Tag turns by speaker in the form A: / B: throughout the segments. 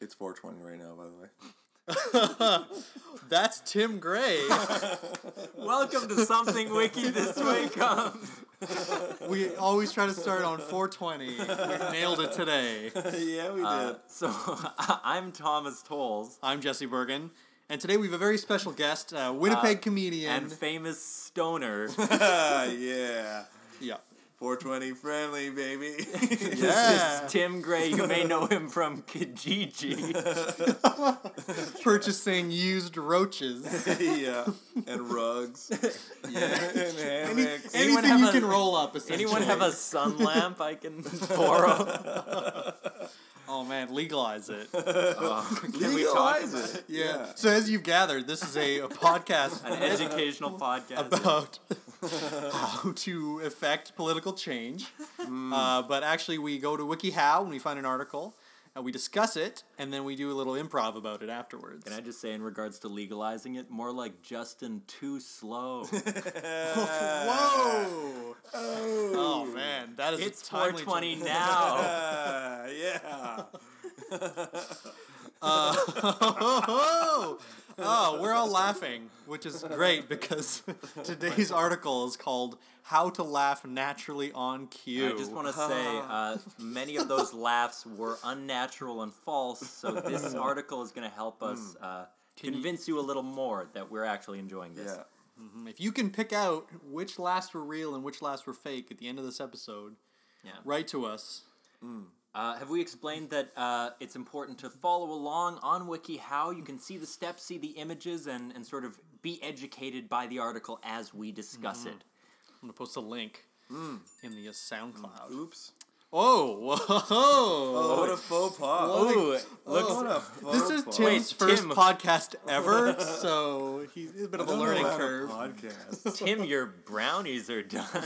A: It's 420 right now, by the way.
B: That's Tim Gray.
C: Welcome to Something Wiki this week. Um,
B: we always try to start on 420. We nailed it today.
A: yeah, we did.
C: uh, so I'm Thomas Tolles
B: I'm Jesse Bergen, and today we have a very special guest, uh, Winnipeg comedian.
C: and famous stoner.
A: yeah.
B: yeah.
A: 420 friendly, baby.
C: This
B: Yeah.
C: is Tim Gray. You may know him from Kijiji.
B: Purchasing used roaches.
A: yeah. And rugs. Yeah. and hammocks.
C: Anyone
B: Anything you
C: have a-
B: can roll up, essentially.
C: Anyone have a sun lamp I can borrow?
B: Oh man, legalize it.
C: Can we talk
A: Legalize it.
B: Yeah. So as you've gathered, this is a, a podcast
C: An educational podcast.
B: about how to effect political change.
C: Hmm.
B: Uh, but actually, we go to WikiHow and we find an article, and we discuss it, and then we do a little improv about it afterwards.
C: Can I just say, in regards to legalizing it, more like Justin too slow.
B: Whoa!
A: Oh.
B: Oh man, that is
C: It's
B: a timely
C: 420
B: choice.
C: now.
A: Ah, yeah.
B: oh, oh, we're all laughing, which is great because today's article is called "How to Laugh Naturally on Cue."
C: I just want to say, uh, many of those laughs were unnatural and false. So this
B: Hmm.
C: article is going to help us uh, convince you a little more that we're actually enjoying this.
A: Yeah.
B: Um, if you can pick out which laughs were real and which laughs were fake at the end of this episode,
C: Yeah.
B: write to us.
C: Uh, have we explained that uh, it's important to follow along on WikiHow? You can see the steps, see the images, and, and sort of be educated by the article as we discuss it.
B: I'm gonna post a link in the uh, SoundCloud.
A: Oops.
B: Oh, whoa!
A: Oh, what a faux pas.
C: Oh, it
A: looks, what a faux
B: This is
A: pas.
B: Tim's
C: Wait,
B: first
C: Tim.
B: podcast ever, so he's a bit of a
A: Don't know
B: learning
A: about a
B: curve.
A: Podcast.
C: Tim, your brownies are done.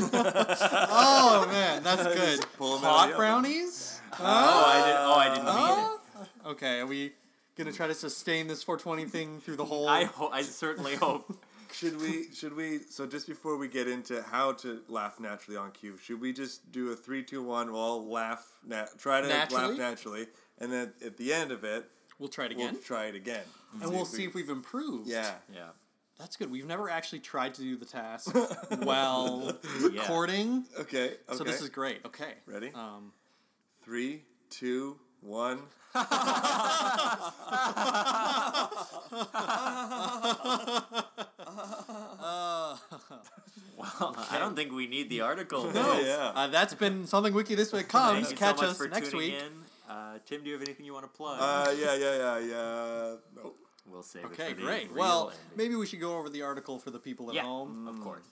B: Oh man, that's good.
A: pull 'em out of the
B: Hot
A: oven.
B: brownies?
C: oh, I did. Oh, I didn't mean it.
B: Huh? Okay, are we gonna try to sustain this 420 thing through the whole?
C: I ho- I certainly hope.
A: should we? Should we? So just before we get into how to laugh naturally on cue, should we just do a three, two, one? We'll all laugh. Na- try to
B: Naturally?
A: laugh naturally, and then at the end of it,
B: we'll try it
A: we'll
B: again,
A: try it again.
B: and we'll see if we've improved.
A: Yeah.
C: Yeah.
B: that's good. We've never actually tried to do the task while recording,
A: Okay. Okay.
B: so this is great. Okay,
A: Ready?
B: Um,
A: three, two, one.
B: uh,
C: Well, I don't think we need the article.
A: Oh,
C: though.
A: yeah.
B: uh, that's been something Wiki this way comes.
C: Thank you
B: Catch
C: so much
B: us
C: for
B: next
C: tuning
B: week.
C: in. Uh, Tim, do you have anything you want to plug?
A: Uh, yeah, yeah, yeah, Oh, yeah. No.
C: we'll save
B: Okay,
C: it for
B: great.
C: The
B: Well,
C: real ending.
B: maybe we should go over the article for the people at
C: yeah,
B: home.
C: of course.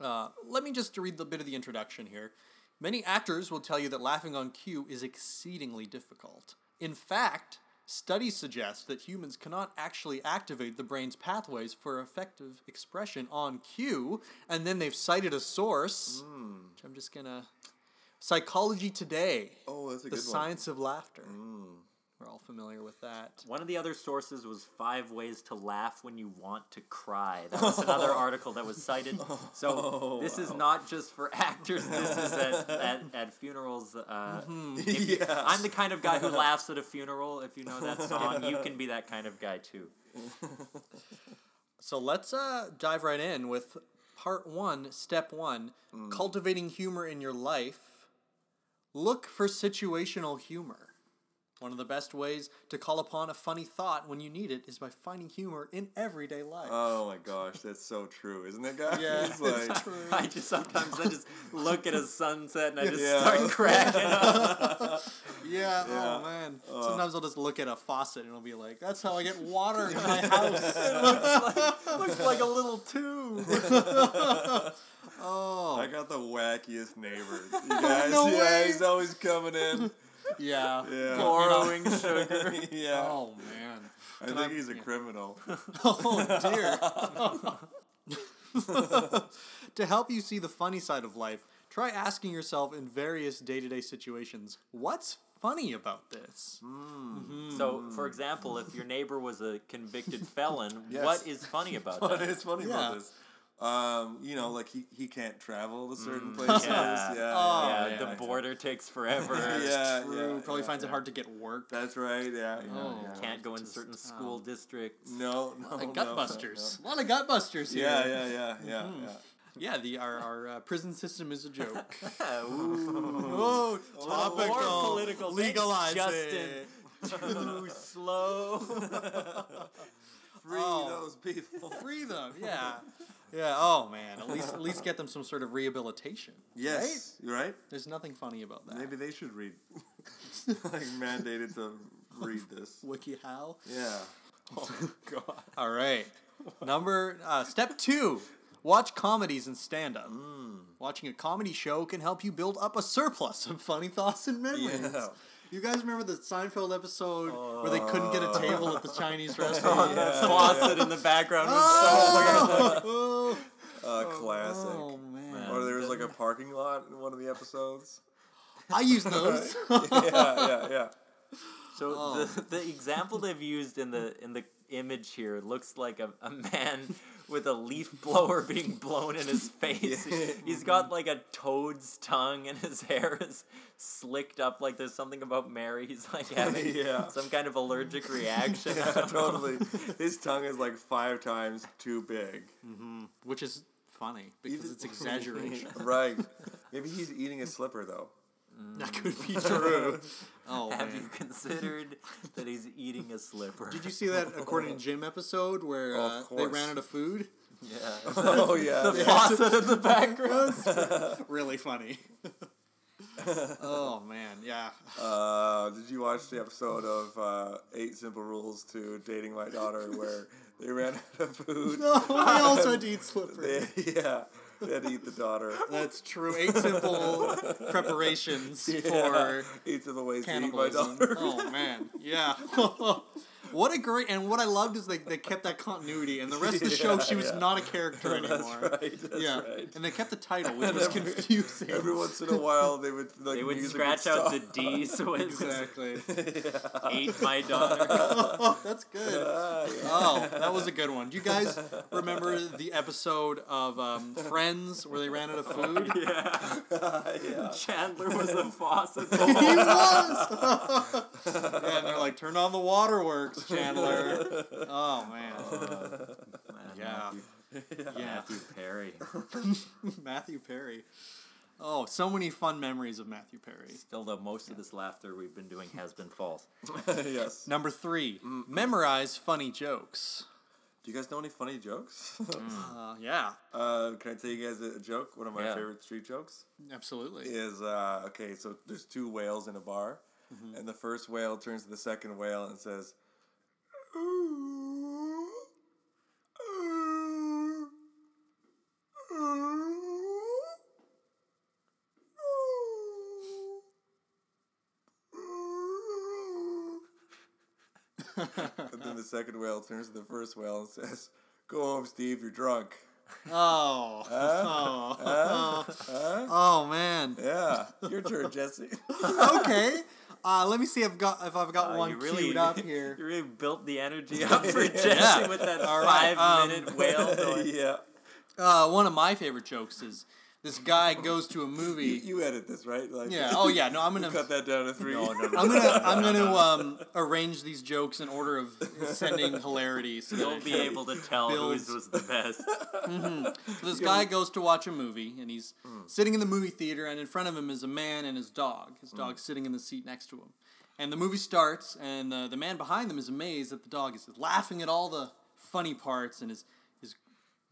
B: Uh, let me just read the bit of the introduction here. Many actors will tell you that laughing on cue is exceedingly difficult. In fact, studies suggest that humans cannot actually activate the brain's pathways for effective expression on cue, and then they've cited a source,
C: Hmm.
B: which I'm just gonna. Psychology Today,
A: Oh, that's a
B: the
A: good
B: science of laughter.
C: Hmm.
B: We're all familiar with that.
C: One of the other sources was five ways to laugh when you want to cry. That was another article that was cited. So
A: Oh,
C: this is not just for actors. This is at, at, at funerals. Uh,
A: one.
C: if you-
A: yeah.
C: I'm the kind of guy who laughs at a funeral. If you know that song, you can be that kind of guy too.
B: So let's uh, dive right in with part one, step one cultivating humor in your life. Look for situational humor. One of the best ways to call upon a funny thought when you need it is by finding humor in everyday life.
A: Oh my gosh, that's so true, isn't it, guys?
B: yeah,
A: It's like,
B: it's true.
C: I just sometimes I just look at a sunset and I just
A: Yeah.
C: start cracking up.
B: Yeah,
A: Yeah.
B: oh man. Sometimes I'll just look at a faucet and I'll be like, that's how I get water in my house.
C: Looks like a little tube.
B: Oh,
A: I got the wackiest neighbor. You guys,
B: No
A: yeah,
B: way.
A: he's always coming in.
B: Yeah.
A: Yeah.
C: Borrowing sugar.
A: yeah.
B: Oh man.
A: I think
B: I-
A: he's a
B: yeah.
A: criminal.
B: Oh dear. Oh, to help you see the funny side of life, try asking yourself in various day to day situations, what's funny about this?
A: Mm,
B: Hmm.
C: So, for example, if your neighbor was a convicted felon,
A: Yes.
C: what is funny about
A: But
C: that?
A: it's funny
B: Yeah.
A: about this. Um, you know, like he, he can't travel to certain places. Yeah,
C: yeah.
A: yeah,
B: Oh,
A: yeah,
C: yeah, the
A: yeah.
C: border takes forever.
A: Yeah,
B: True.
A: yeah,
B: Probably
A: yeah,
B: finds
A: yeah.
B: it hard to get work.
A: That's right. Yeah. yeah,
B: Oh.
A: yeah.
C: Can't go in
B: Just,
C: certain
B: um,
C: school districts.
A: No, no.
B: Like
A: no,
B: gut
A: oh, no,
B: busters. A lot of gut busters
A: no.
B: here.
A: Yeah, yeah, yeah, yeah. yeah.
B: Yeah, the our, our uh, prison system is a joke. Mm-hmm.
A: Oh,
B: topical.
C: More political. Thanks,
B: Legalize
C: Justin. Too slow.
A: Free
B: Oh.
A: those people.
B: Free them. Yeah. Yeah. Oh man. At least at least get them some sort of rehabilitation.
A: Yes, you're right.
B: There's nothing funny about that.
A: Maybe they should read. like mandated to read this.
B: WikiHow.
A: Yeah.
C: God.
B: All right. Number uh, step two: watch comedies and stand up.
A: Mm.
B: Watching a comedy show can help you build up a surplus of funny thoughts and memories.
A: Yeah.
B: You guys remember the Seinfeld episode where they couldn't get a table at the Chinese restaurant?
A: Oh. Yeah,
C: Faucet in the background was so weird.
B: oh,
A: Uh, classic.
B: oh, man,
A: Or there was like a parking lot in one of the episodes.
B: I use those.
A: yeah, yeah, yeah.
C: So
B: Oh.
C: the, the example they've used in the in the image here looks like a, a man with a leaf blower being blown in his face. He's got like a toad's tongue and his hair is slicked up like there's something about Mary. He's like having
A: Yeah.
C: some kind of allergic reaction. I
A: Yeah,
C: don't know.
A: totally. His tongue is like five times too big.
B: which is funny because it's exaggeration.
A: right. Maybe he's eating a slipper though.
B: that could be true. Oh
C: Have
B: man.
C: you considered that he's eating a slipper?
B: Did you see that According to Jim episode where
A: Of
B: uh, they ran
A: course.
B: out of food?
C: Yeah.
A: Oh yeah.
C: The faucet in the background.
B: really funny. oh man, yeah.
A: Uh, did you watch the episode of uh, Eight Simple Rules to Dating My Daughter where they ran out of food?
B: No, we also had to eat
A: They,
B: slippers.
A: yeah, they had to eat the daughter.
B: That's true. Eight simple preparations for
A: Eight simple ways to eat my
B: cannibalism.
A: daughter.
B: Oh man, yeah. what a great and what I loved is they, they kept that continuity and the rest of the show she was
A: Yeah, yeah.
B: not a character anymore.
A: right. That's
B: yeah,
A: right.
B: and they kept the title, which was confusing.
A: Every once in a while, they would like
C: They would
A: music
C: scratch out
A: stop.
C: the D so it
B: exactly.
C: ate my daughter.
B: That's good. Oh, that was a good one. Do you guys remember the episode of um, Friends where they ran out of food?
C: yeah.
A: yeah.
C: Chandler was the faucet.
B: he was. yeah, and they're like, turn on the waterworks, Chandler. Oh man. yeah. Yeah.
C: Matthew Perry.
B: Matthew Perry. Oh, so many fun memories of Matthew Perry.
C: Still, though, most of this laughter we've been doing has been false.
A: yes.
B: Number 3 memorize funny jokes.
A: Do you guys know any funny jokes?
B: Uh, yeah,
A: uh, can I tell you guys a a joke? One of my
C: Hmm. Yeah.
A: favorite street jokes
B: absolutely.
A: is uh, okay. So there's two whales in a bar,
C: Mm-hmm.
A: and the first whale turns to the second whale and says,
B: Oh.
A: and then the second whale turns to the first whale and says, "Go home, Steve. You're drunk."
B: Oh. oh. oh man.
A: Yeah, your turn, Jesse.
B: okay. Uh, let me see. If I've got if I've got
C: Uh,
B: one
C: you really,
B: queued up here.
C: You really built the energy up for Jesse
B: Yeah.
C: with that
B: All right, um,
C: five-minute whale noise.
A: yeah,
B: Uh, one of my favorite jokes is this guy goes to a
A: you,
B: movie.
A: you edit this right? Like,
B: Yeah. Oh yeah. No, I'm gonna.
A: cut that down to three.
C: No, no, no.
B: I'm gonna I'm gonna um, arrange these jokes in order of sending hilarity. So that
C: You'll
B: it
C: be
B: can-
C: able to tell
B: Builds-
C: whose was the best.
B: So this guy goes to watch a movie, and he's sitting in the movie theater, and in front of him is a man and his dog. His dog's sitting in the seat next to him. And the movie starts, and uh, the man behind them is amazed that the dog is laughing at all the funny parts and is is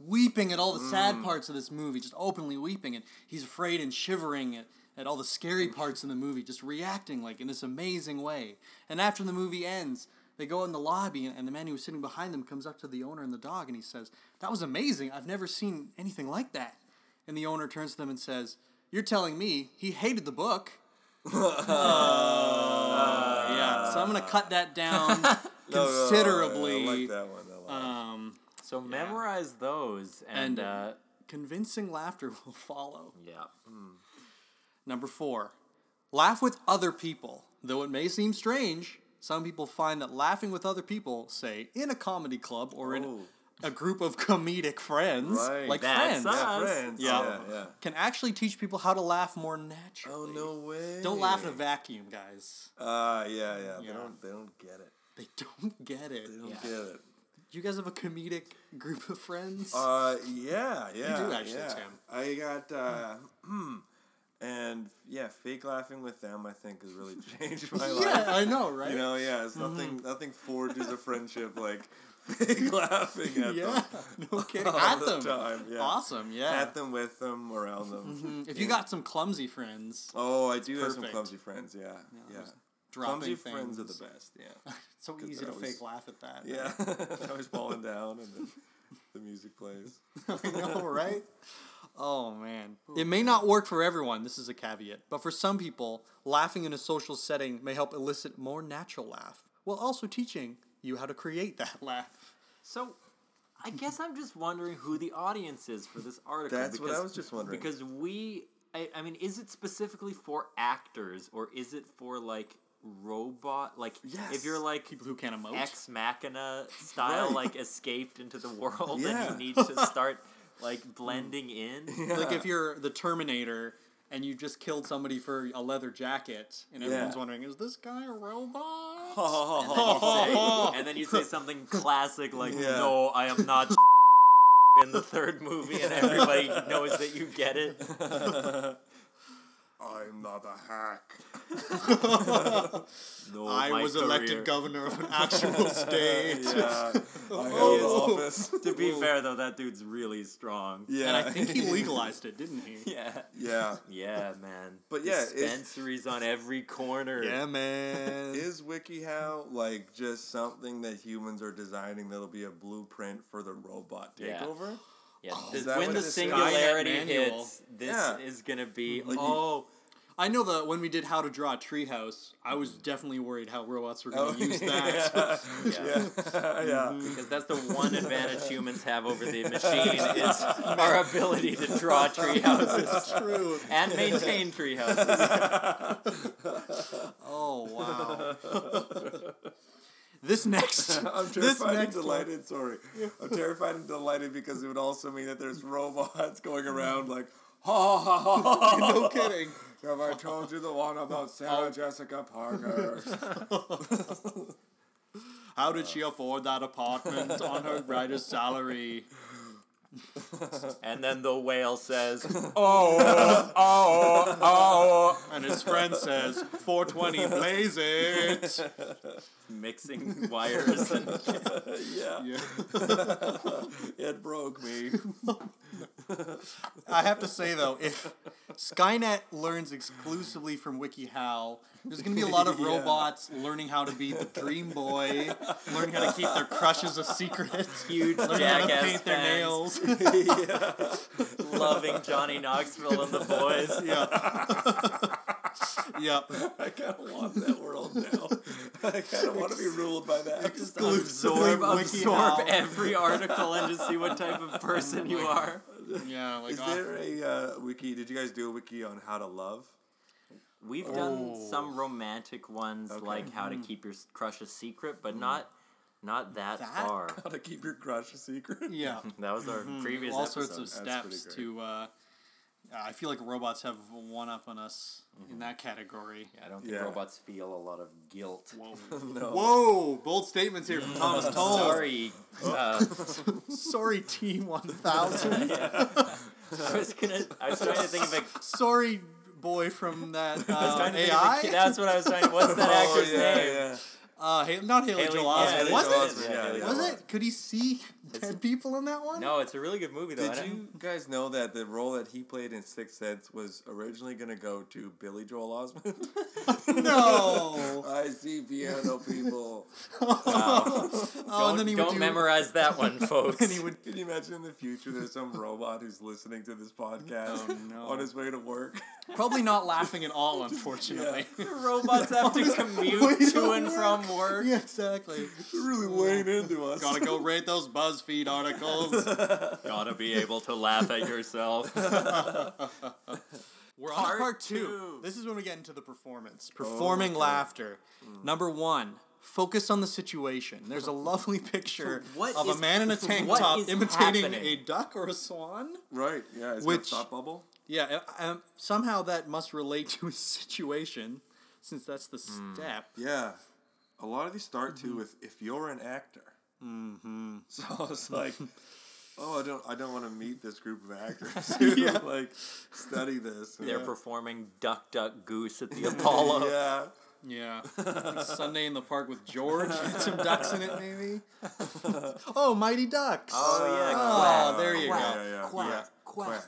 B: weeping at all the
A: Mm.
B: sad parts of this movie, just openly weeping, and he's afraid and shivering at, at all the scary parts in the movie, just reacting like in this amazing way. And after the movie ends, they go in the lobby, and, and the man who was sitting behind them comes up to the owner and the dog, and he says, "That was amazing. I've never seen anything like that." And the owner turns to them and says, "You're telling me he hated the book?" Uh, yeah. So I'm gonna cut that down
A: No, no, no,
B: considerably.
A: I like that one a lot.
B: Um,
C: So memorize those
B: And,
C: and,
A: Uh-huh.
C: uh,
B: convincing laughter will follow.
C: yeah.
B: Number four, laugh with other people. Though it may seem strange, some people find that laughing with other people, say in a comedy club or in
A: Oh.
B: a group of comedic friends,
A: Right.
B: like
C: That's
B: friends,
C: us.
A: Yeah, friends.
B: Yeah.
A: yeah, yeah.
B: can actually teach people how to laugh more naturally.
A: Oh no way!
B: Don't laugh in a vacuum, guys.
A: Ah, yeah, yeah. They
B: Yeah.
A: don't. They don't get it.
B: They don't get it.
A: They don't
C: Yeah.
A: get it.
B: You guys have a comedic group of friends.
A: Uh, yeah, yeah.
B: actually,
A: yeah.
B: Tim. Hmm.
A: I got uh, and yeah, fake laughing with them. I think has really changed my
B: yeah,
A: life.
B: I know, right? Mm-hmm.
A: You know, yeah. It's nothing. Nothing forges a friendship like fake laughing at
B: yeah.
A: them
B: No kidding.
A: all
B: At
A: the
B: them.
A: time. Yeah.
B: Awesome. Yeah.
A: At them, with them, around them.
B: If you got some clumsy friends,
A: Oh, I do have some
B: perfect.
A: clumsy friends. Yeah, yeah.
B: dropping
A: Clumsy
B: things,
A: friends are the best. Yeah,
B: It's so
A: 'cause
B: easy
A: they're
B: to
A: always-
B: fake laugh at that.
A: yeah. I was falling down, and then the music plays.
B: I know, right? Oh man. It may not work for everyone, this is a caveat, but for some people, laughing in a social setting may help elicit more natural laugh, while also teaching you how to create that laugh.
C: So, I guess I'm just wondering who the audience is for this article.
A: That's what I was just wondering.
C: Because we, I, I mean, is it specifically for actors or is it for like robot? Like, if you're
A: Yes.
C: like
B: People who can't emote.
C: ex machina style,
A: Right.
C: like escaped into the world,
A: Yeah.
C: and you need to start like blending in.
B: Like if you're the Terminator and you just killed somebody for a leather jacket and everyone's
A: Yeah.
B: wondering, is this guy a robot? Oh.
C: Say- and then you say something classic like,
A: Oh. Yeah.
C: "No, I am not." in the third movie, and everybody knows that you get it.
A: I'm not a hack.
B: Oh
C: No,
B: I
C: my
B: was
C: career-
B: elected governor of an actual state.
A: Yeah, I held
C: Oh.
A: office.
C: To be fair, though, that dude's really strong.
A: Yeah,
B: And I think he legalized it, didn't he?
C: Yeah.
A: yeah,
C: Yeah, man.
A: But yeah, it's-
C: dispensaries on every corner.
B: man.
A: is WikiHow like just something that humans are designing that'll be a blueprint for the robot
C: Yeah.
A: takeover?
C: Yeah, this-
A: that
C: when
A: what
C: the
A: it Oh, is?
C: singularity
B: Skynet manual.
C: hits, this
A: Yeah. Mm-hmm.
C: is gonna be
A: Like you-
C: oh
B: I know that when we did How to Draw a Treehouse, I was definitely worried how robots were going to use that.
A: Oh,
B: Mm-hmm.
A: yeah, yeah. yeah.
C: because that's the one advantage humans have over the machine is our ability to draw tree houses
B: That's true.
C: and maintain tree houses.
B: Oh wow. this next,
A: I'm
B: this
A: terrified and
B: next
A: delighted. Sorry, I'm terrified and delighted because it would also mean that there's robots going around like, ha ha ha ha. ha.
B: One, Mm-hmm. no kidding. Oh.
A: Have I told you the one about Sarah Jessica Parker?
B: How did she afford that apartment on her writer's salary?
C: And then the whale says,
B: Oh.
A: Oh.
B: And his friend says, "420, blaze it."
C: mixing wires and
A: yeah.
B: Yeah.
A: it broke me.
B: I have to say though, if Skynet learns exclusively from WikiHow, there's gonna be a lot of
A: Yeah.
B: robots learning how to be the dream boy, learning how to keep their crushes a secret,
C: huge
B: learning how to
C: jackass
B: paint their nails.
C: fans
A: yeah.
C: loving Johnny Knoxville and the boys.
B: yeah. yep.
A: I kind of want that world now. I kind of want to be ruled by that.
C: Absorb, absorb
B: WikiHow.
C: every article and just see what type of person you are.
B: Yeah, like
A: Is
B: uh,
A: there a uh, wiki? Did you guys do a wiki on how to love?
C: We've done
B: Oh.
C: some romantic ones
A: Okay.
C: like how to keep your s- crush a secret, but not not Mm. that,
B: That-
C: far.
A: How to keep your crush a secret?
B: yeah,
C: That was our previous
B: all
C: episode.
B: sorts of
A: That's pretty
B: steps
A: great.
B: to. Uh, I feel like robots have one up on us in that category.
C: Mm-hmm. I don't think
A: Yeah.
C: robots feel a lot of guilt.
B: Whoa.
A: No.
B: Whoa, bold statements here from Thomas Toll.
C: Mm. Oh. Sorry, uh,
B: Sorry, Team 1000.
C: I was gonna. I was trying to think of a.
B: Sorry, boy from that
C: I was
B: uh,
C: trying to think of a
B: AI.
C: ki- that's what I was trying. What's that
A: Oh,
C: actor's
A: yeah,
C: name?
A: yeah.
B: Uh, Ha- not Haley,
C: Haley-
B: Joel
C: yeah,
B: Osment.
C: Haley
B: was
C: Joel
B: it?
C: Osment, yeah, Haley
B: Was
C: Joel
B: it? Could he see dead people in that one?
C: No, it's a really good movie though. I
A: Did
C: don't-
A: you guys know that the role that he played in Sixth Sense was originally going to go to Billy Joel Osmond?
B: No.
A: I see piano people.
B: oh, and then he
C: don't
B: would do,
C: memorize that one, folks.
B: And he would
A: Can you imagine in the future there's some robot who's listening to this podcast
B: Oh, no.
A: on his way to work?
B: probably not laughing at all, unfortunately.
C: The robots have to commute to and from Oh, work.
B: yeah exactly.
A: They're really weighing into us.
B: Gotta go rate those BuzzFeed articles.
C: Gotta be able to laugh at yourself.
B: We're on to
C: Part
B: part two.
C: two. Oh, Hmm.
B: This is when we get into the performance. Performing laughter. Number one, Focus on the situation. There's a lovely picture
C: What
B: of
C: is-
B: a man in a tank
C: what
B: top
C: is
B: imitating
C: happening?
B: a duck or a swan.
A: Right. Yeah. It's
B: Which-
A: Which, thought bubble.
B: Yeah, uh, um, somehow that must relate to his situation, since that's the
C: Hmm.
B: step.
A: Yeah. A lot of these start too with if you're an actor. Mm-hmm. So I was like, oh, I don't, I don't want to meet this group of actors who like study this.
C: They're
A: Yeah.
C: performing Duck Duck Goose at the Apollo.
A: yeah.
B: Yeah. Like Sunday in the park with George. Had some ducks in it, maybe. oh, Mighty Ducks.
C: Oh yeah,
B: Oh,
C: quack,
B: there you
C: quack,
A: go. Yeah, yeah,
C: quack,
A: yeah.
C: quack.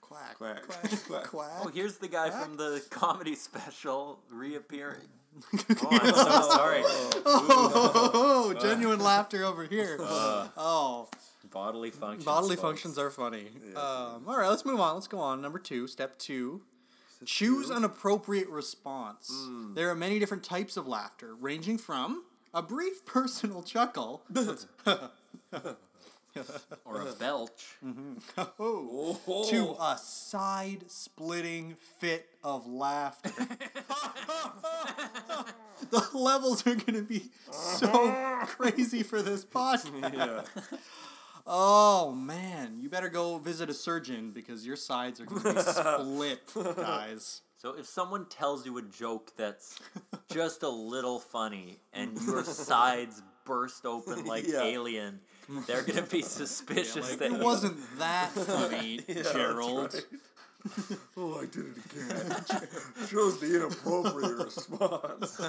A: Quack.
B: quack,
A: Quack.
B: quack,
A: Quack.
C: Oh,
B: quack.
C: here's the guy from the comedy special reappearing. Oh, I'm so sorry.
B: Oh, genuine laughter over here. oh,
C: Bodily functions.
B: bodily
C: folks.
B: functions are funny. Um, all right, let's move on. Let's go on. Number two, step two. Mm. Choose an appropriate response. There are many different types of laughter, ranging from a brief personal chuckle.
C: Or a belch.
B: Oh, to a side splitting fit of laughter. the levels are going to be so crazy for this podcast.
A: Yeah.
B: Oh, man. You better go visit a surgeon because your sides are going to be split, guys.
C: So if someone tells you a joke that's just a little funny and your sides burst open like
A: Yeah.
C: alien, they're gonna be suspicious that
B: It
C: you-
B: wasn't that funny,
A: that's
B: Gerald.
A: right. Oh, I did it again. Chose the inappropriate response.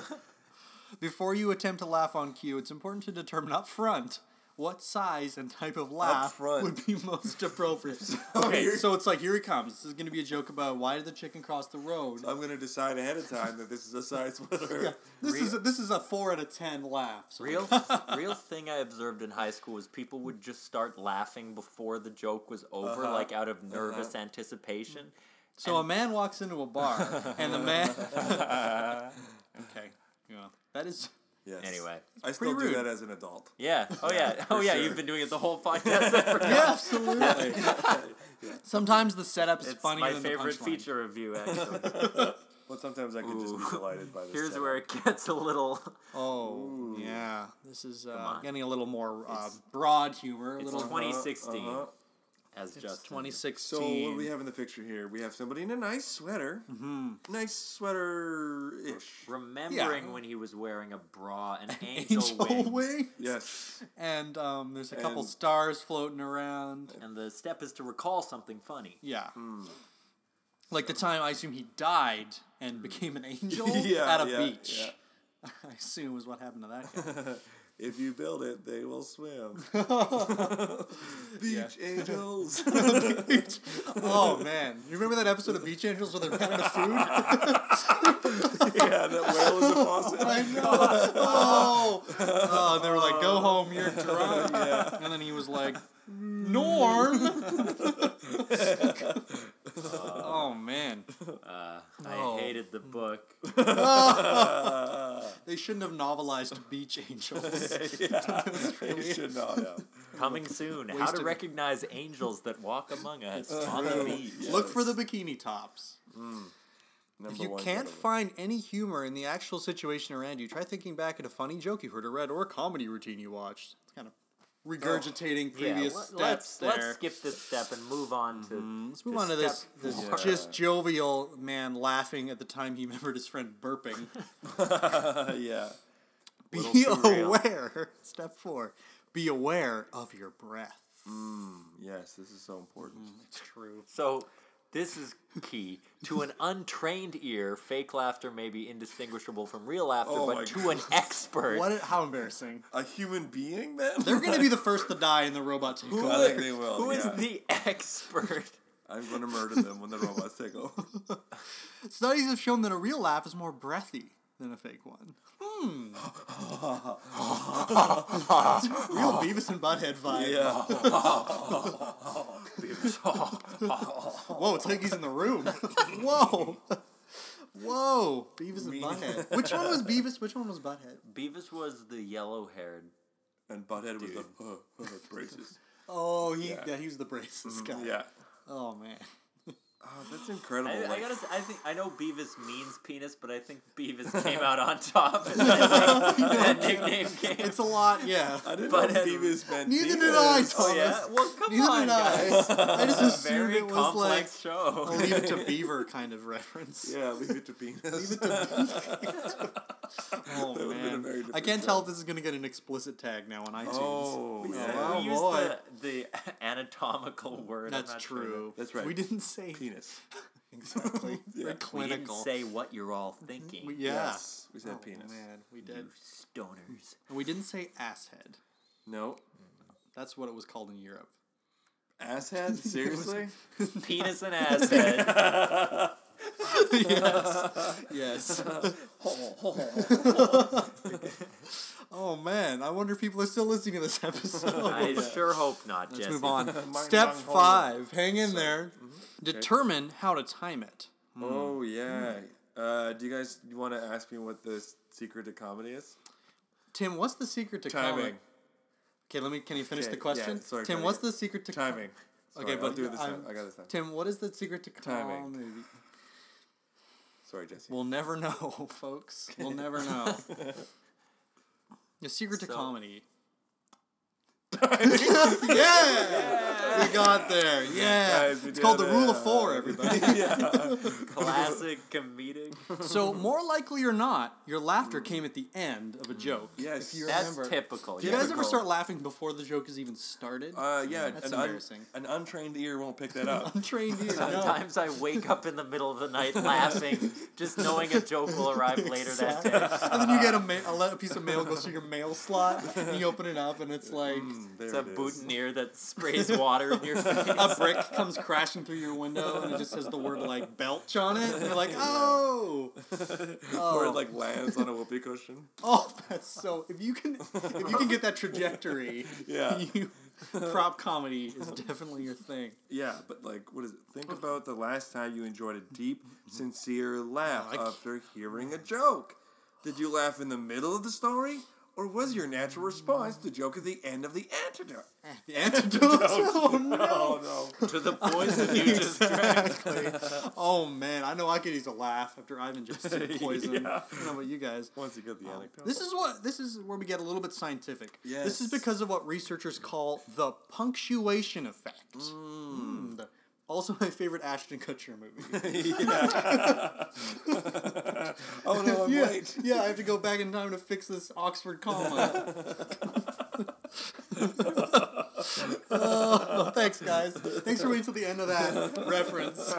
B: Before you attempt to laugh on cue, it's important to determine up front what size and type of laugh
A: front.
B: would be most appropriate.
A: Okay.
B: okay, so it's like here it comes. This is going to be a joke about why did the chicken cross the road.
A: I'm gonna decide ahead of time that this is a side splitter.
B: Yeah, this is a, this is a four out of ten laugh. So
C: Real, real thing I observed in high school was people would just start laughing before the joke was over,
B: Uh-huh.
C: like out of nervous anticipation.
B: Mm. so a man walks into a bar and the man. okay, yeah, that is
A: Yes.
C: Anyway,
A: I still
B: pretty
A: do
B: rude.
A: that as an adult.
C: yeah, oh yeah, oh yeah,
A: sure.
C: you've been doing it the whole podcast. I forgot.
B: yeah, absolutely. Sometimes the setup is
C: It's
B: funnier
C: my
B: than
C: favorite
B: the punchline.
C: feature review. Actually,
A: But sometimes I can just be delighted by this.
C: here's
A: setup.
C: where it gets a little.
B: Oh, yeah. This is uh,
C: on.
B: getting a little more uh, broad humor. A
C: It's
B: little
C: 2016,
A: Uh-huh.
C: as just
A: So
B: 2016.
A: what do we have in the picture here? We have somebody in a nice sweater. Mm-hmm. Nice sweater ish.
C: remembering
B: Yeah.
C: when he was wearing a bra and angel,
B: angel
C: wings,
B: wing,
A: Yes.
B: and um, there's a couple
A: And-
B: stars floating around.
C: and the step is to recall something funny.
B: Yeah,
A: Hmm.
B: like the time I assume he died and became an angel
A: Hmm. Yeah,
B: at a
A: yeah,
B: beach.
A: yeah.
B: I assume is what happened to that guy.
A: If you build it, they will swim. Beach angels.
B: Beach- oh man, you remember that episode of Beach Angels where they ran out of food?
A: yeah, that whale is a faucet.
B: I know. Oh, oh and they were like, "Go home, you're drunk." And then he was like, "Norm." oh man. Oh.
C: I hated the book.
B: They shouldn't have novelized Beach Angels.
A: You should not have.
C: Coming soon. How
B: Wasted. Uh,
C: to recognize angels that walk among us on the beach.
B: Look for the bikini tops.
A: Number
B: If you
A: one,
B: can't
A: by the way.
B: find any humor in the actual situation around you, try thinking back at a funny joke you heard or read or a comedy routine you watched. It's kind of regurgitating
C: Oh, Yeah,
B: previous
C: let-
B: steps
C: let's
B: there. Mm-hmm.
C: let's skip this step and move on to.
B: Let's move on to this,
C: step
B: this
C: four.
B: just jovial man laughing at the time he remembered his friend burping.
A: Uh, yeah.
B: Be
C: Little too real.
B: aware. Step four. Be aware of your breath.
A: Yes, this is so important.
B: It's true.
C: So this is key to an untrained ear. Fake laughter may be indistinguishable from real laughter,
A: Oh my
C: but to an expert,
B: What? How embarrassing.
A: A human being, then?
B: They're going to be the first to die in the robot takeover.
A: I think they will.
C: who is
A: yeah.
C: the expert?
A: I'm going to murder them when the robots take over.
B: Studies have shown that a real laugh is more breathy than a fake one. Hmm. real Beavis and Butthead vibe.
A: yeah.
B: Whoa, it's like he's in the room. Whoa. Whoa. Beavis and Butthead. Which one was Beavis? Which one was Butthead?
C: Beavis was the yellow-haired.
A: And Butthead was the uh, uh, braces.
B: Oh, he, yeah. Mm-hmm,
A: Yeah.
B: he was the braces guy.
A: Yeah.
B: Oh, man.
A: Oh, that's incredible.
C: I, I
A: like,
C: gotta. s- I think I know Beavis means penis, but I think Beavis came out on top. And that nickname came.
B: It's a lot, yeah.
A: I didn't
C: but
A: know
C: it-
A: Beavis meant
B: Neither did
A: penis.
B: I,
C: oh
B: Thomas.
C: yeah. Well, come
B: Neither
C: on,
B: did I.
C: guys.
B: I just assumed
C: Very
B: it was like Oh,
C: complex show.
B: a leave it to beaver kind of reference.
A: Yeah, leave it to penis. Leave it
B: Oh
A: would've been a very
B: man, I
A: different
B: can't tell if this is gonna get an explicit tag now on iTunes.
A: Oh,
C: We
A: yeah.
C: said-
B: wow,
C: we used
B: boy.
C: The, the anatomical word. I'm
B: That's
C: not sure
B: true.
A: That's right.
B: We didn't say
A: penis.
B: exactly.
A: Yeah.
B: Very
C: that- We didn't
B: clinical. Mm-hmm.
C: say what you're all thinking.
B: We- yeah.
A: Yes, we said
B: Oh,
A: penis.
B: Man, we did.
C: You stoners.
B: And we didn't say asshead.
A: No,
B: That's what it was called in Europe.
A: asshead. Seriously?
C: Penis and ass head.
B: Yes. oh man, I wonder if people are still listening to this episode.
C: I sure hope not,
B: Let's
C: Jesse.
B: move on.
A: Mine-
B: Step
A: mine hold
B: five. Hang in there.
A: Mm-hmm.
B: Determine how to time it.
A: Oh yeah. Uh, do you guys want to ask me what the s- secret to comedy is?
B: Tim, what's the secret to
A: Timing.
B: Comedy? Okay, let me. Can you finish
A: Okay,
B: the question?
A: yeah, sorry,
B: Tim,
A: Cody.
B: what's the secret to co-
A: Timing. Sorry,
B: okay,
A: I'll
B: but
A: do it this time.
B: I'm-
A: I got this time.
B: Tim, what is the secret to
A: Timing.
B: comedy?
A: Sorry, Jesse.
B: We'll never know, folks. We'll never know. The secret to
C: So-
B: comedy. yeah! we got there. Yeah,
A: Guys, we
B: it's called the
A: did
B: rule of
A: it.
B: four, everybody.
C: Classic comedic.
B: so more likely or not, your laughter came at the end of a joke.
A: yes.
B: you
C: That's
B: Remember-
C: typical.
B: Do you
C: yeah.
B: guys ever start laughing before the joke has even started?
A: uh, yeah.
B: That's
A: an, un-
B: embarrassing.
A: an untrained ear won't pick that up.
B: Untrained ear. no.
C: Sometimes I wake up in the middle of the night laughing, just knowing a joke will arrive later that day.
B: and then you get a, ma- a le- a piece of mail goes through your mail slot, and you open it up, and it's like
A: There
C: It's a
A: it is.
C: boutonniere that sprays water in your face.
B: a brick comes crashing through your window, and it just says the word like belch on it, and you're like, oh,
A: Or
B: oh,
A: it like lands on a whoopee cushion.
B: oh, that's so. If you can, if you can get that trajectory,
A: Yeah.
B: you prop comedy is definitely your thing.
A: Yeah, but like, what is it? Think about the last time you enjoyed a deep,
B: Mm-hmm.
A: sincere laugh
B: I c-
A: after hearing a joke. Did you laugh in the middle of the story, or was your natural response the joke at the end of the antidote?
B: The antidote. oh no.
A: Oh
C: to the poison you just drank.
B: Oh man, I know I could use a laugh after I've ingested poison. I don't know about you guys.
A: no! Once you get the anecdote,
B: Oh. This is what this is where we get a little bit scientific. This is
A: Yes.
B: because of what researchers call the punctuation effect. Mm, the- also, my favorite Ashton Kutcher movie.
A: oh no, I'm
B: yeah,
A: late.
B: yeah, I have to go back in time to fix this Oxford comma. oh, thanks, guys. Thanks for waiting till the end of that reference.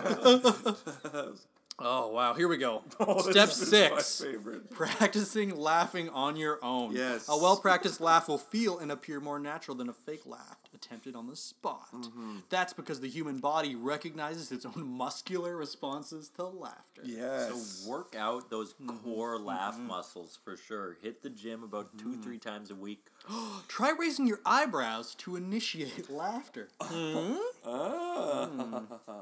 B: oh wow, here we go. Step
A: This is my
B: six.
A: favorite.
B: Practicing laughing on your own.
A: Yes.
B: A well practiced laugh will feel and appear more natural than a fake laugh attempted on the spot. That's because the human body recognizes its own muscular responses to laughter.
A: Yes.
C: So work out those
B: Mm-hmm,
C: core laugh muscles for sure. Hit the gym about
B: Mm-hmm.
C: two, three times a week.
B: Try raising your eyebrows to initiate laughter.
A: Ah. Uh-huh.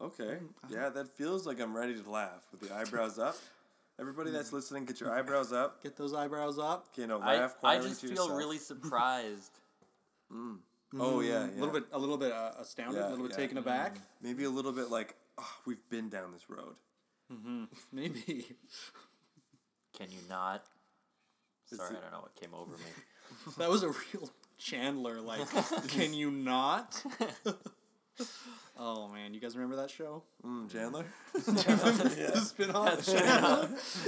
A: Okay. Yeah, that feels like I'm ready to laugh with the eyebrows up. Everybody that's listening, get your eyebrows up.
B: Get those eyebrows up.
A: You know,
C: I,
A: laugh
C: I
A: quietly
C: just
A: to
C: feel
A: yourself.
C: really surprised.
A: Oh yeah,
B: A little bit, a little bit uh, astounded,
A: Yeah,
B: a little bit
A: yeah.
B: taken aback.
A: Maybe a little bit like oh, we've been down this road. Mm-hmm.
B: Maybe.
C: Can you not? Sorry,
A: it-
C: I don't know what came over me.
B: That was a real Chandler. Like, can you not? oh man, you guys remember that show?
A: Mm, Chandler.
B: the spin-off?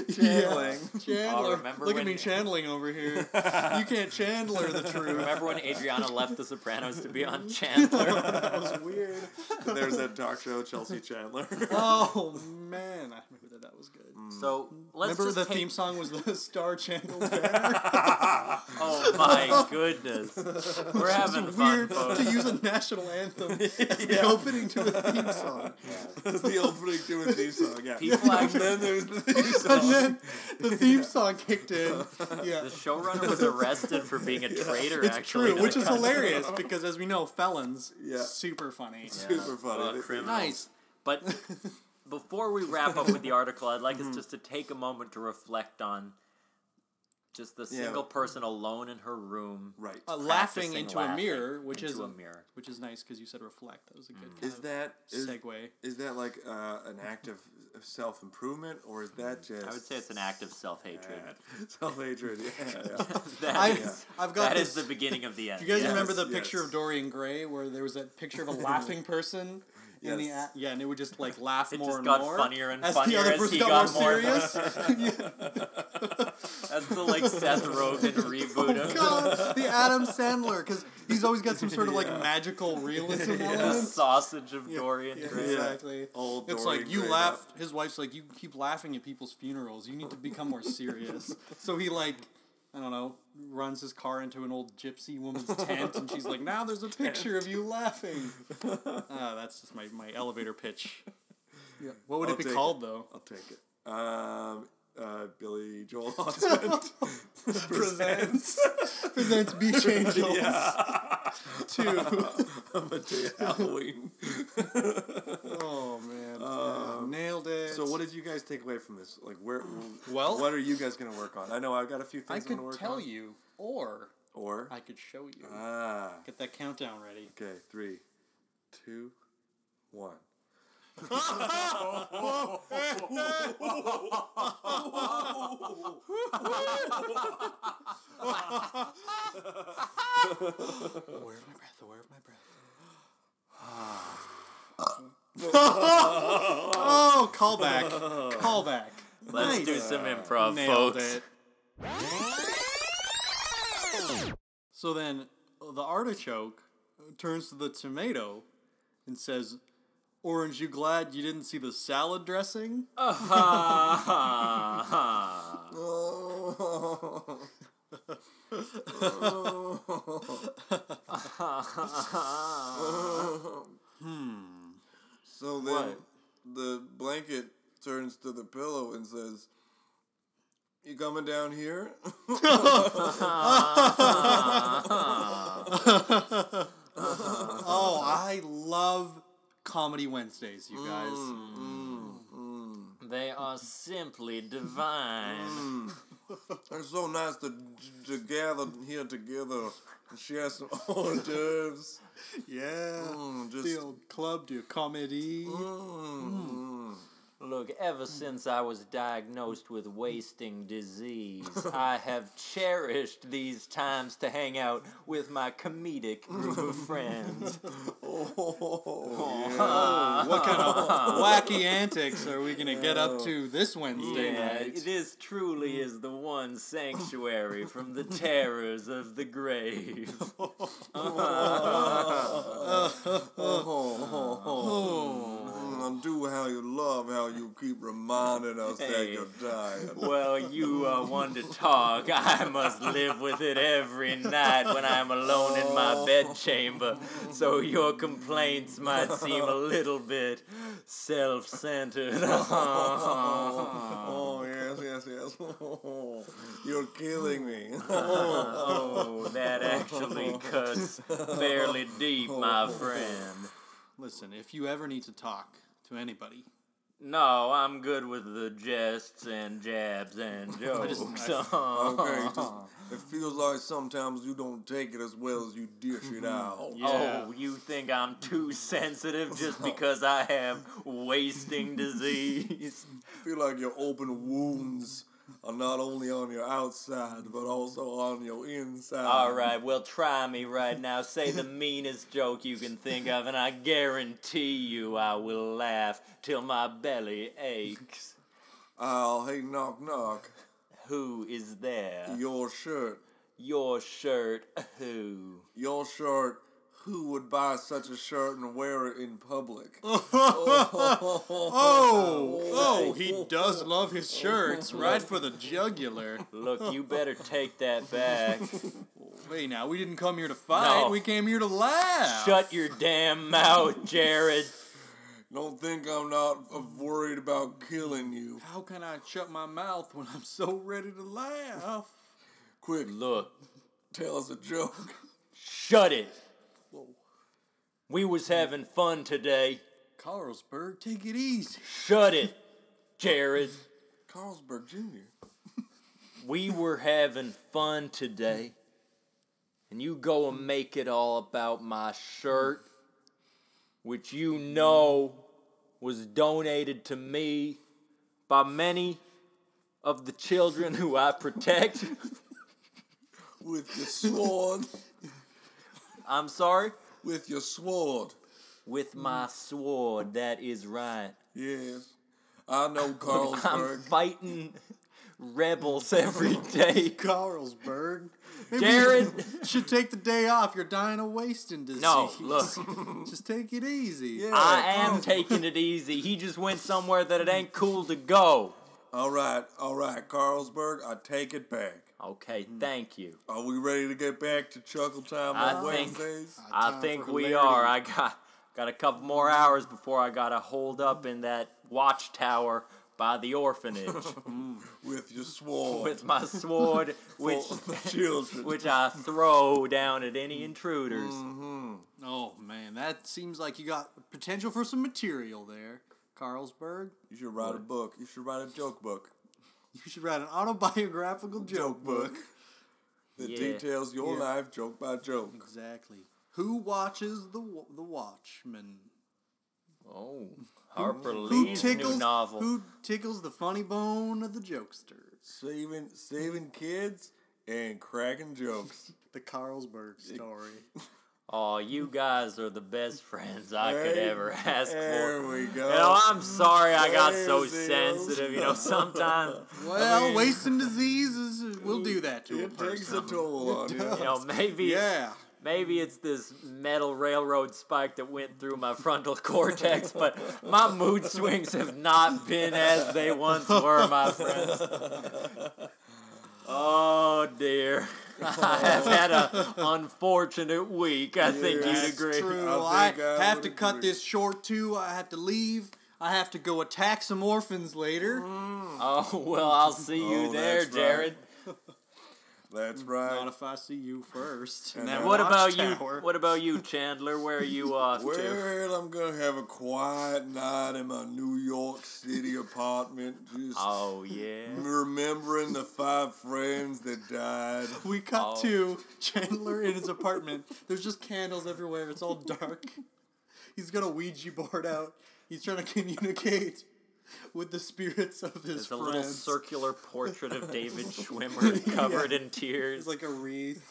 A: Chandling.
B: Chandler.
C: Oh, remember
B: Look at
C: when-
B: me channeling over here. you can't Chandler the truth.
C: Remember when Adriana left The Sopranos to be on Chandler?
B: That was weird.
A: There's that talk show, Chelsea Chandler.
B: Oh man, I remember that. That was good.
C: So Mm. let's
B: Mm. remember
C: just
B: the
C: take-
B: theme song was the Star Channel banner.
C: Oh my goodness, we're having fun,
B: weird
C: folks.
B: to use a national anthem as the opening to a theme song.
A: That's the opening to a theme song. Yeah.
C: People
A: and
C: actually,
A: then there's the theme
B: And
A: song.
B: then the theme song kicked in. Yeah.
C: the showrunner was arrested for being a traitor.
B: It's
C: actually,
B: true,
C: to
B: which
C: the
B: is
C: country.
B: hilarious because, as we know, felons,
A: Yeah.
B: super funny.
A: Super funny.
C: Uh, criminals.
B: Nice.
C: But
B: Mm-hmm.
C: before we wrap up with the article, I'd like us just to take a moment to reflect on just the
A: Yeah.
C: single person alone in her room,
A: Right.
B: Uh, laughing
C: practicing
B: into a
C: laughing
B: mirror, which
C: into
B: is
C: a Mm. mirror.
B: which is nice because you said reflect. That was a good kind
A: is
B: of
A: that is,
B: segue.
A: is that like uh, an act of self improvement or is that just?
C: I would say it's an act of self hatred.
A: self hatred. Yeah. yeah.
B: I,
C: That is
B: I've got
C: that
B: this.
C: is the beginning of the end.
B: you guys
A: Yes,
B: remember the
A: yes.
B: picture of Dorian Gray where there was that picture of a laughing person in the
A: Yes.
B: a- yeah, and it would just like laugh
C: It
B: more
C: just
B: and
C: got
B: more
C: funnier and
B: as the
C: funnier
B: other
C: as
B: person
C: he
B: got,
C: got
B: more
C: more and
B: serious. Yeah.
C: That's the like Seth Rogen reboot of
B: Oh, God, the Adam Sandler because he's always got some sort of like magical realism
C: the
B: element.
C: sausage of Dorian
B: Yeah,
C: Gray.
B: exactly.
A: Old
B: It's
A: Dorian
B: like you
A: Gray
B: laugh. His wife's like, you keep laughing at people's funerals. You need to become more serious. so he like, I don't know, runs his car into an old gypsy woman's tent, and she's like, now there's a picture of you laughing. Ah, that's just my, my elevator pitch. Yeah. What would
A: I'll
B: it be
A: take
B: called though?
A: I'll take it. Um, uh, Billy Joel Osment
B: Presents presents Beach Angels two.
A: Halloween.
B: Oh man, nailed it.
A: So what did you guys take away from this? Like where?
B: Well-
A: what are you guys gonna work on? I know I've got a few
B: I
A: things I
B: could
A: am gonna work
B: tell
A: on.
B: you, or
A: Or
B: I could show you.
A: ah,
B: Get that countdown ready.
A: okay, three, two, one.
B: Aware of my breath. Aware of my breath. oh, callback! Callback!
C: Let's
B: nice. Uh,
C: do some improv,
B: Nailed
C: folks.
B: it. So then, the artichoke turns to the tomato and says, "Orange, you glad you didn't see the salad dressing?"
A: Oh. So then
C: What?
A: the blanket turns to the pillow and says, "You coming down here?"
B: Oh, I love Comedy Wednesdays, you guys.
C: They are simply
B: Hmm.
C: divine.
A: It's so nice to, to gather here together and share some hors d'oeuvres.
B: Yeah.
A: Mm, just
B: The old club do comedy.
A: Mm.
C: Look, ever since I was diagnosed with wasting disease, I have cherished these times to hang out with my comedic group of friends.
A: mm.
B: What kind of wacky antics are we gonna get up to this Wednesday
C: Yeah,
B: night?
C: this truly is the one sanctuary from the terrors of the grave.
A: Mm, and do how you love, how you keep reminding us that
C: Hey.
A: you're dying.
C: Well, you are one to talk. I must live with it every night when I'm alone in my bedchamber. So your complaints might seem a little bit self centered.
A: Oh, yes, yes, yes. You're killing me.
C: oh, that actually cuts fairly deep, my friend.
B: Listen, if you ever need to talk to anybody,
C: No, I'm good with the jests and jabs and jokes.
A: Okay, just, it feels like sometimes you don't take it as well as you dish it out.
B: Yeah.
C: Oh, you think I'm too sensitive just because I have wasting disease?
A: I feel like your open wounds are not only on your outside, but also on your inside.
C: All right, well, try me right now. Say the meanest joke you can think of, and I guarantee you I will laugh till my belly aches.
A: I'll hey, knock, knock.
C: Who is there?
A: Your shirt.
C: Your shirt. Who?
A: Your shirt. Who would buy such a shirt and wear it in public?
B: oh, oh, he does love his shirts, right for the jugular.
C: Look, you better take that back.
B: Wait, now we didn't come here to fight.
C: No.
B: We came here to laugh.
C: Shut your damn mouth, Jared.
A: Don't think I'm not uh, worried about killing you.
B: How can I shut my mouth when I'm so ready to laugh?
A: Quick,
C: Look,
A: tell us a joke.
C: Shut it. We was having fun today.
B: Carlsberg, take it easy.
C: Shut it, Jared.
A: Carlsberg Jr.
C: We were having fun today, and you go and make it all about my shirt, which you know was donated to me by many of the children who I protect.
A: With your sword.
C: I'm sorry?
A: With your sword.
C: With my sword, that is right.
A: Yes. I know Carlsberg.
C: I'm fighting rebels every day.
B: Carlsberg. Maybe
C: Jared,
B: you should take the day off. You're dying of wasting disease.
C: No, look.
B: Just take it easy. Oh,
C: I am taking it easy. He just went somewhere that it ain't cool to go.
A: All right, all right, Carlsberg, I take it back.
C: Okay,
B: Mm.
C: thank you.
A: Are we ready to get back to chuckle time
C: I
A: on
C: think-
A: Wednesdays?
C: I
B: Time
C: think
B: for
C: we
B: hilarity.
C: are. I got got a couple more hours before I gotta hold up in that watchtower by the orphanage
A: With your sword.
C: with my sword, which
A: for the children.
C: which I throw down at any intruders.
B: Oh man, that seems like you got potential for some material there, Carlsberg.
A: you should write a book. You should write a joke book.
B: You should write an autobiographical joke book.
A: That
C: Yeah.
A: details your
B: Yeah.
A: life joke by joke.
B: Exactly. Who watches the wa- the Watchmen?
C: Oh, Harper
B: Who
C: Lee's
B: tickles
C: new novel.
B: Who tickles the funny bone of the jokester?
A: Saving saving kids and cracking jokes.
B: The Carlsberg story.
C: Oh, you guys are the best friends I could
A: Hey,
C: ever ask for.
A: There we go.
C: You know, I'm sorry I got so
A: There's the
C: sensitive. You know,
A: old-
C: sometimes,
B: well,
A: mean-
B: wasting diseases will do that to a
A: it takes
B: person.
A: a toll on you.
C: you know, maybe
B: yeah.
C: maybe it's this metal railroad spike that went through my frontal cortex, but my mood swings have not been as they once were, my friends. Oh dear. I have had an unfortunate week. I think
A: Yes,
C: you'd agree.
B: True.
A: I
B: I,
A: think I
B: have
A: would
B: to cut
A: agree.
B: this short too. I have to leave. I have to go attack some orphans later.
A: Mm.
C: Oh well, I'll see you
A: Oh,
C: there,
A: that's right.
C: Jared.
A: That's
B: Not
A: right.
B: if I see you first.
A: And
B: And that
A: then-
C: What about you?
B: watchtower.
C: What about you, Chandler? Where are you off to?
A: Well, I'm gonna have a quiet night in my New York City apartment. Just
C: Oh yeah.
A: remembering the five friends that died.
B: We cut
C: Oh.
B: to Chandler in his apartment. There's just candles everywhere. It's all dark. He's got a Ouija board out. He's trying to communicate with the spirits of his
C: It's a
B: friends.
C: little circular portrait of David Schwimmer covered in tears.
B: It's like a wreath.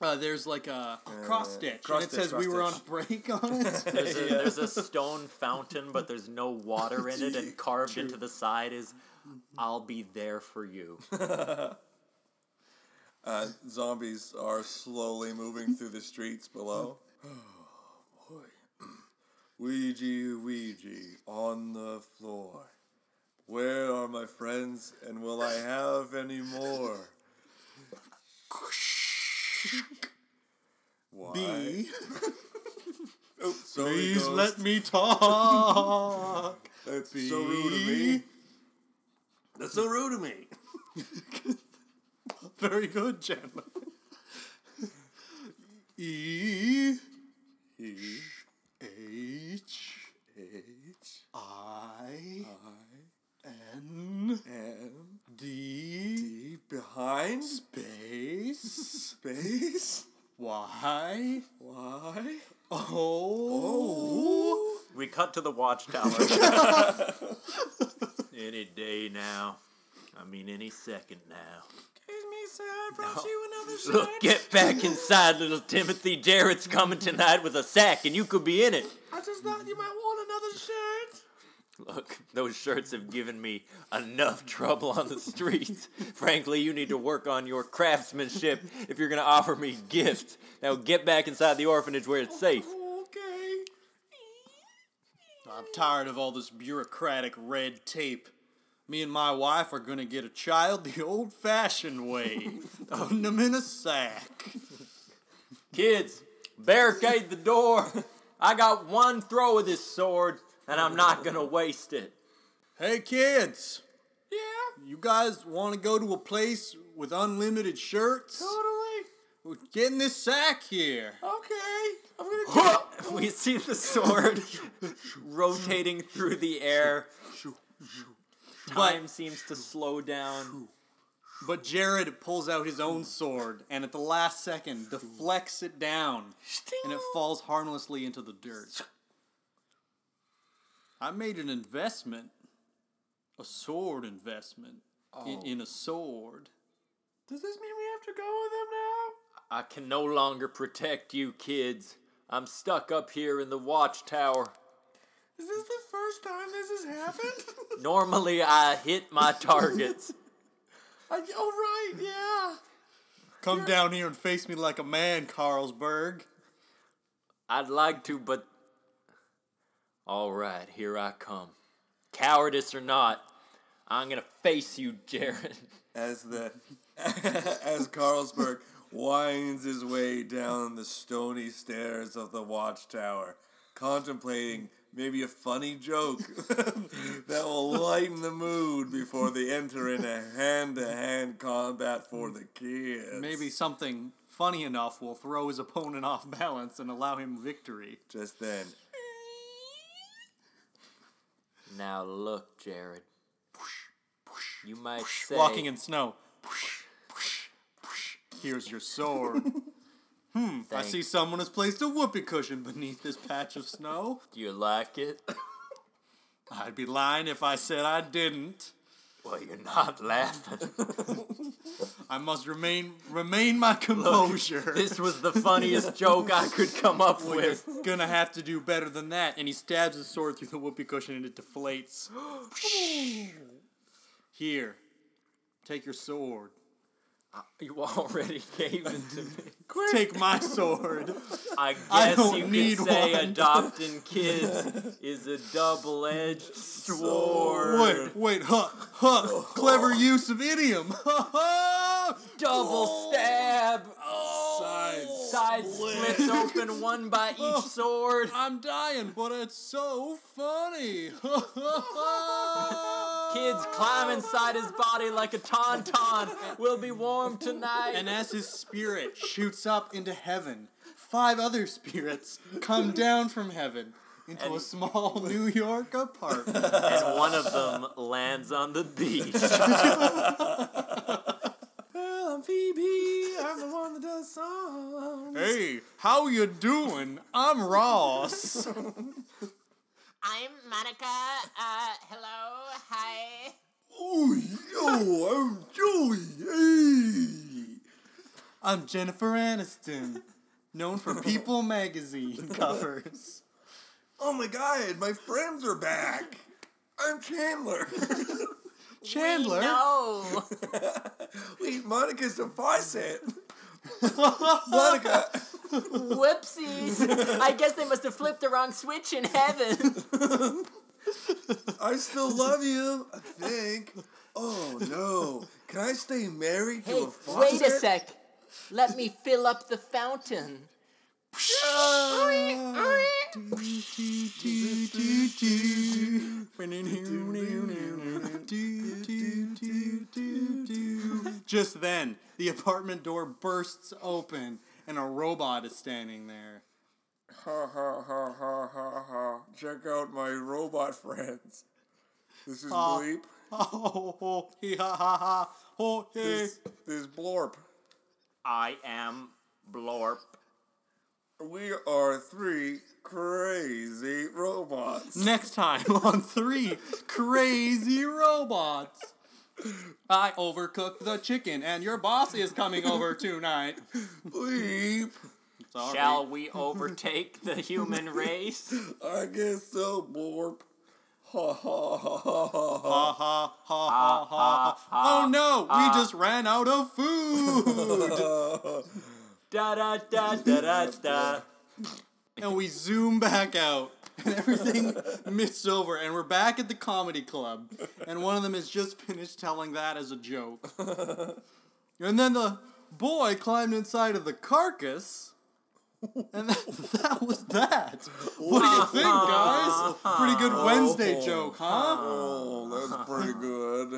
B: Uh, there's like a cross stitch,
A: Uh, cross
B: and it
A: stitch,
B: says we
A: cross
B: were on
A: stitch.
B: break on it.
C: There's a, there's a stone fountain, but there's no water in it, and carved into the side is, "I'll be there for you."
A: Uh, zombies are slowly moving through the streets below. Oh boy. Ouija, Ouija, on the floor. Where are my friends and will I have any more? Why?
B: B.
A: Oh, so he
B: Please
A: goes.
B: let me talk.
A: That's so rude of me. That's so rude of me.
B: Very good, Chandler. E
A: E
B: H
A: H
B: I
A: I
B: N
A: M
B: D
A: D behind
B: space
A: space.
B: Y
A: Why?
B: O
C: We cut to the watchtower. any day now. I mean, any second now.
A: Excuse me, sir. I brought you another
C: Look, get back inside, little Timothy. Jared's coming tonight with a sack, and you could be in it.
A: I just thought you might want another shirt.
C: Look, those shirts have given me enough trouble on the streets. Frankly, you need to work on your craftsmanship if you're going to offer me gifts. Now get back inside the orphanage where it's safe.
A: Okay.
B: I'm tired of all this bureaucratic red tape. Me and my wife are gonna get a child the old fashioned way. Putting them in a sack.
C: Kids, barricade the door. I got one throw of this sword, and I'm not going to waste it.
B: Hey kids!
A: Yeah.
B: You guys want to go to a place with unlimited shirts?
A: Totally.
B: We're getting this sack here.
A: Okay. I'm gonna.
C: we see the sword rotating through the air. Time seems to slow down.
B: But Jared pulls out his own sword and at the last second deflects it down and it falls harmlessly into the dirt. I made an investment, a sword investment,
A: Oh.
B: in, in a sword.
A: Does this mean we have to go with him now?
D: I can no longer protect you kids. I'm stuck up here in the watchtower.
A: Is this the first time this has happened?
D: Normally, I hit my targets.
A: I, oh, right, yeah.
B: Come down here and face me like a man, Carlsberg.
D: I'd like to, but. All right, here I come. Cowardice or not, I'm gonna face you, Jared.
A: As the as Carlsberg winds his way down the stony stairs of the watchtower, contemplating maybe a funny joke that will lighten the mood before they enter into hand-to-hand combat for the kids.
B: Maybe something funny enough will throw his opponent off balance and allow him victory.
A: just then,
D: Now look, Jared. You might say
B: Walking in snow. Here's your sword. hmm, I
D: Thank-
B: see someone has placed a whoopee cushion beneath this patch of snow.
D: you like it.
B: I'd be lying if I said I didn't.
D: Well, you're not laughing.
B: I must remain remain my composure.
D: this was the funniest joke I could come up with.
B: You're gonna have to do better than that. And he stabs his sword through the whoopee cushion and it deflates. Here, take your sword.
D: You already gave it to me.
B: Take my sword.
D: I
B: I
D: guess
B: don't
D: you
B: need
D: could say
B: one.
D: adopting kids is a double-edged sword.
B: Wait, wait, huh, huh. Clever use of idiom. Ha ha!
D: Double stab.
A: Side
D: Side splits open one by
B: Oh.
D: each sword.
B: I'm dying, but it's so funny. Ha ha ha!
D: Kids climb inside his body like a tauntaun. We'll be warm tonight.
B: And as his spirit shoots up into heaven, five other spirits come down from heaven into a small New York apartment.
C: and one of them lands on the beach.
A: well, I'm Phoebe. I'm the one that does songs.
B: hey, how you doing? I'm Ross.
E: I'm Monica. Uh, hello. Hi.
A: Oh, yo, I'm Joey. Hey.
B: I'm Jennifer Aniston, known for People magazine covers.
A: Oh my god, my friends are back. I'm Chandler.
B: Chandler.
E: No.
A: Wait, Monica's a faucet. Monica,
E: Whoopsies. I guess they must have flipped the wrong switch in heaven.
A: I still love you, I think. Oh no. Can I stay married to
E: Hey,
A: a faucet?
E: wait a sec. Let me fill up the fountain.
B: Just then, the apartment door bursts open and a robot is standing there.
A: Ha ha ha ha ha ha. Check out my robot friends. This is Bleep.
B: Oh, ho, hee, ha, ha, ha. Ho, hey.
A: This, this is Blorp.
C: I am Blorp.
A: We are three crazy robots.
B: Next time on three crazy robots. I overcooked the chicken, and your boss is coming over tonight.
A: Bleep.
B: Sorry.
C: Shall we overtake the human race?
A: I guess so, Blorp. Ha ha ha ha ha ha.
B: Ha ha ha ha ha. ha. Oh no, we just ran out of food.
C: Da da da da da da.
B: and we zoom back out. And everything mists over, and we're back at the comedy club. And one of them has just finished telling that as a joke. And then the boy climbed inside of the carcass. And that, that was that. What do you think, guys? Pretty good Wednesday joke, huh?
A: Oh, that's pretty good.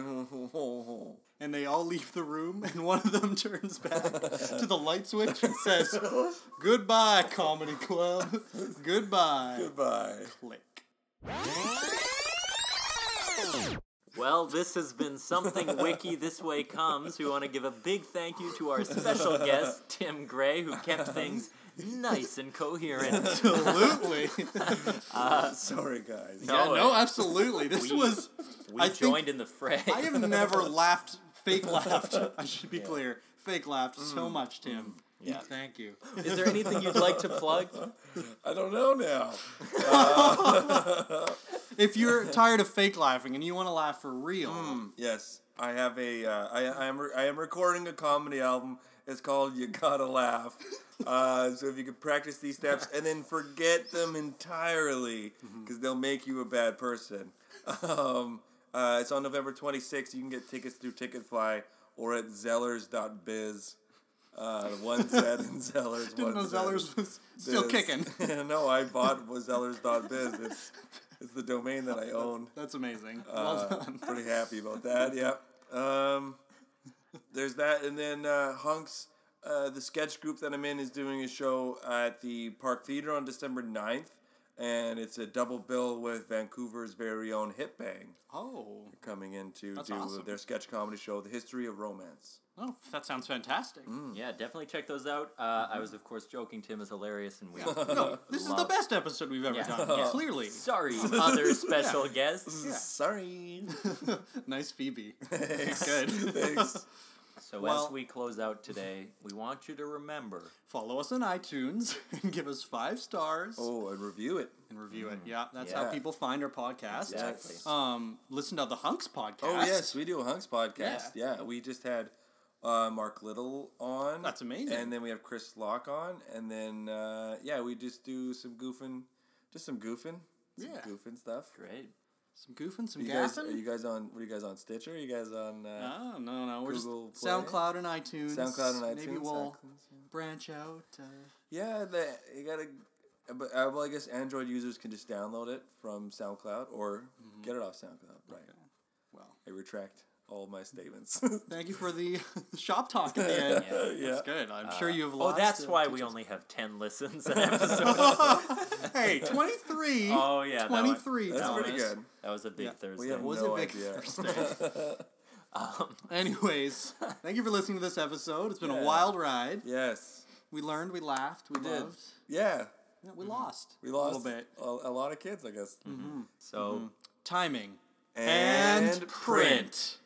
B: and they all leave the room, and one of them turns back to the light switch and says, Goodbye, Comedy Club. Goodbye.
A: Goodbye.
B: Click.
C: Well, this has been Something Wiki This Way Comes. We want to give a big thank you to our special guest, Tim Gray, who kept things nice and coherent.
B: Absolutely.
A: Sorry, guys.
B: yeah,
C: No,
B: no, absolutely. This
C: we-
B: was.
C: Oh, We
B: I think-
C: joined in the fray.
B: I have never laughed, fake laughed. I should be clear. Fake laughed so much, Tim.
C: Mm. Yeah.
B: Thank you.
C: Is there anything you'd like to plug?
A: I don't know now.
B: If you're tired of fake laughing and you want to laugh for real,
C: Mm.
A: Yes, I have a. Uh, I, I am. Re- I am recording a comedy album. It's called "You Gotta Laugh." Uh, so if you could practice these steps and then forget them entirely,
B: Mm-hmm.
A: because they'll make you a bad person. Um, uh, it's on November 26th. You can get tickets through Ticketfly or at Zellers.biz. Uh, one Z and Zellers. one
B: didn't know
A: Z.
B: Zellers was still
A: Biz.
B: kicking.
A: no, I bought Zellers.biz. It's, it's the domain that I own.
B: That's amazing. well
A: Uh,
B: done.
A: pretty happy about that. Yeah. Um, there's that, and then uh, Hunks, uh, the sketch group that I'm in, is doing a show at the Park Theater on December 9th, and it's a double bill with Vancouver's very own Hip Bang
B: Oh,
A: coming in to
B: That's
A: do
B: awesome.
A: their sketch comedy show, The History of Romance.
B: oh, that sounds fantastic.
C: Yeah, definitely check those out. Uh,
B: Mm-hmm.
C: I was, of course, joking. Tim is hilarious, and we.
B: No, this is the
C: Love-
B: best episode we've ever
C: Yeah.
B: done.
C: Yeah.
B: Clearly,
C: Sorry, other special guests.
A: Sorry.
B: nice Phoebe. Good.
A: Thanks.
C: So
B: Well-
C: as we close out today, we want you to remember
B: Follow us on iTunes and give us five stars
A: Oh, and review it.
B: and review
A: Mm-hmm.
B: it. Yeah, that's how
A: Yeah.
B: people find our podcast.
C: Exactly.
B: Um, listen to the Hunks podcast.
A: Oh yes, we do a Hunks podcast. Yeah, we just had uh, Mark Little on.
B: That's amazing.
A: And then we have Chris Locke on, and then uh, yeah, we just do some goofing, just some goofing, some
B: Yeah.
A: goofing stuff.
C: Great.
B: Some goofing, some
A: You guys, are
B: gassing.
A: you guys on? What are you guys on Stitcher? Are you guys on uh,
B: Oh, no, no, we're
A: Google
B: just
A: Play?
B: SoundCloud and iTunes.
A: SoundCloud and iTunes?
B: Maybe we'll
A: iTunes, yeah.
B: branch out. Uh,
A: Yeah, the, you gotta. But uh, well, I guess Android users can just download it from SoundCloud or get it off SoundCloud. Right.
B: Mm-hmm. well,
A: I retract all my statements.
B: thank you for the shop talk at the end.
C: Yeah.
A: yeah.
B: That's good. I'm sure you have
C: Oh,
B: lots.
C: that's
B: to
C: why
B: teach
C: we
B: us.
C: only have ten listens an episode.
B: Hey, 23.
C: oh yeah, that one-
B: 23.
A: That's
C: that
A: pretty
C: was-
A: good.
C: That was a big
B: Yeah.
C: Thursday.
A: We have
B: Was
A: no
B: it Big
A: idea.
B: Anyways, thank you for listening to this episode. It's been
A: Yeah.
B: a wild ride.
A: yes.
B: We learned, we laughed, we
A: did.
B: loved.
A: Yeah.
B: Yeah, we lost.
A: We lost
B: a little bit.
A: A, a lot of kids, I guess.
C: so
B: Timing
A: And,
B: print.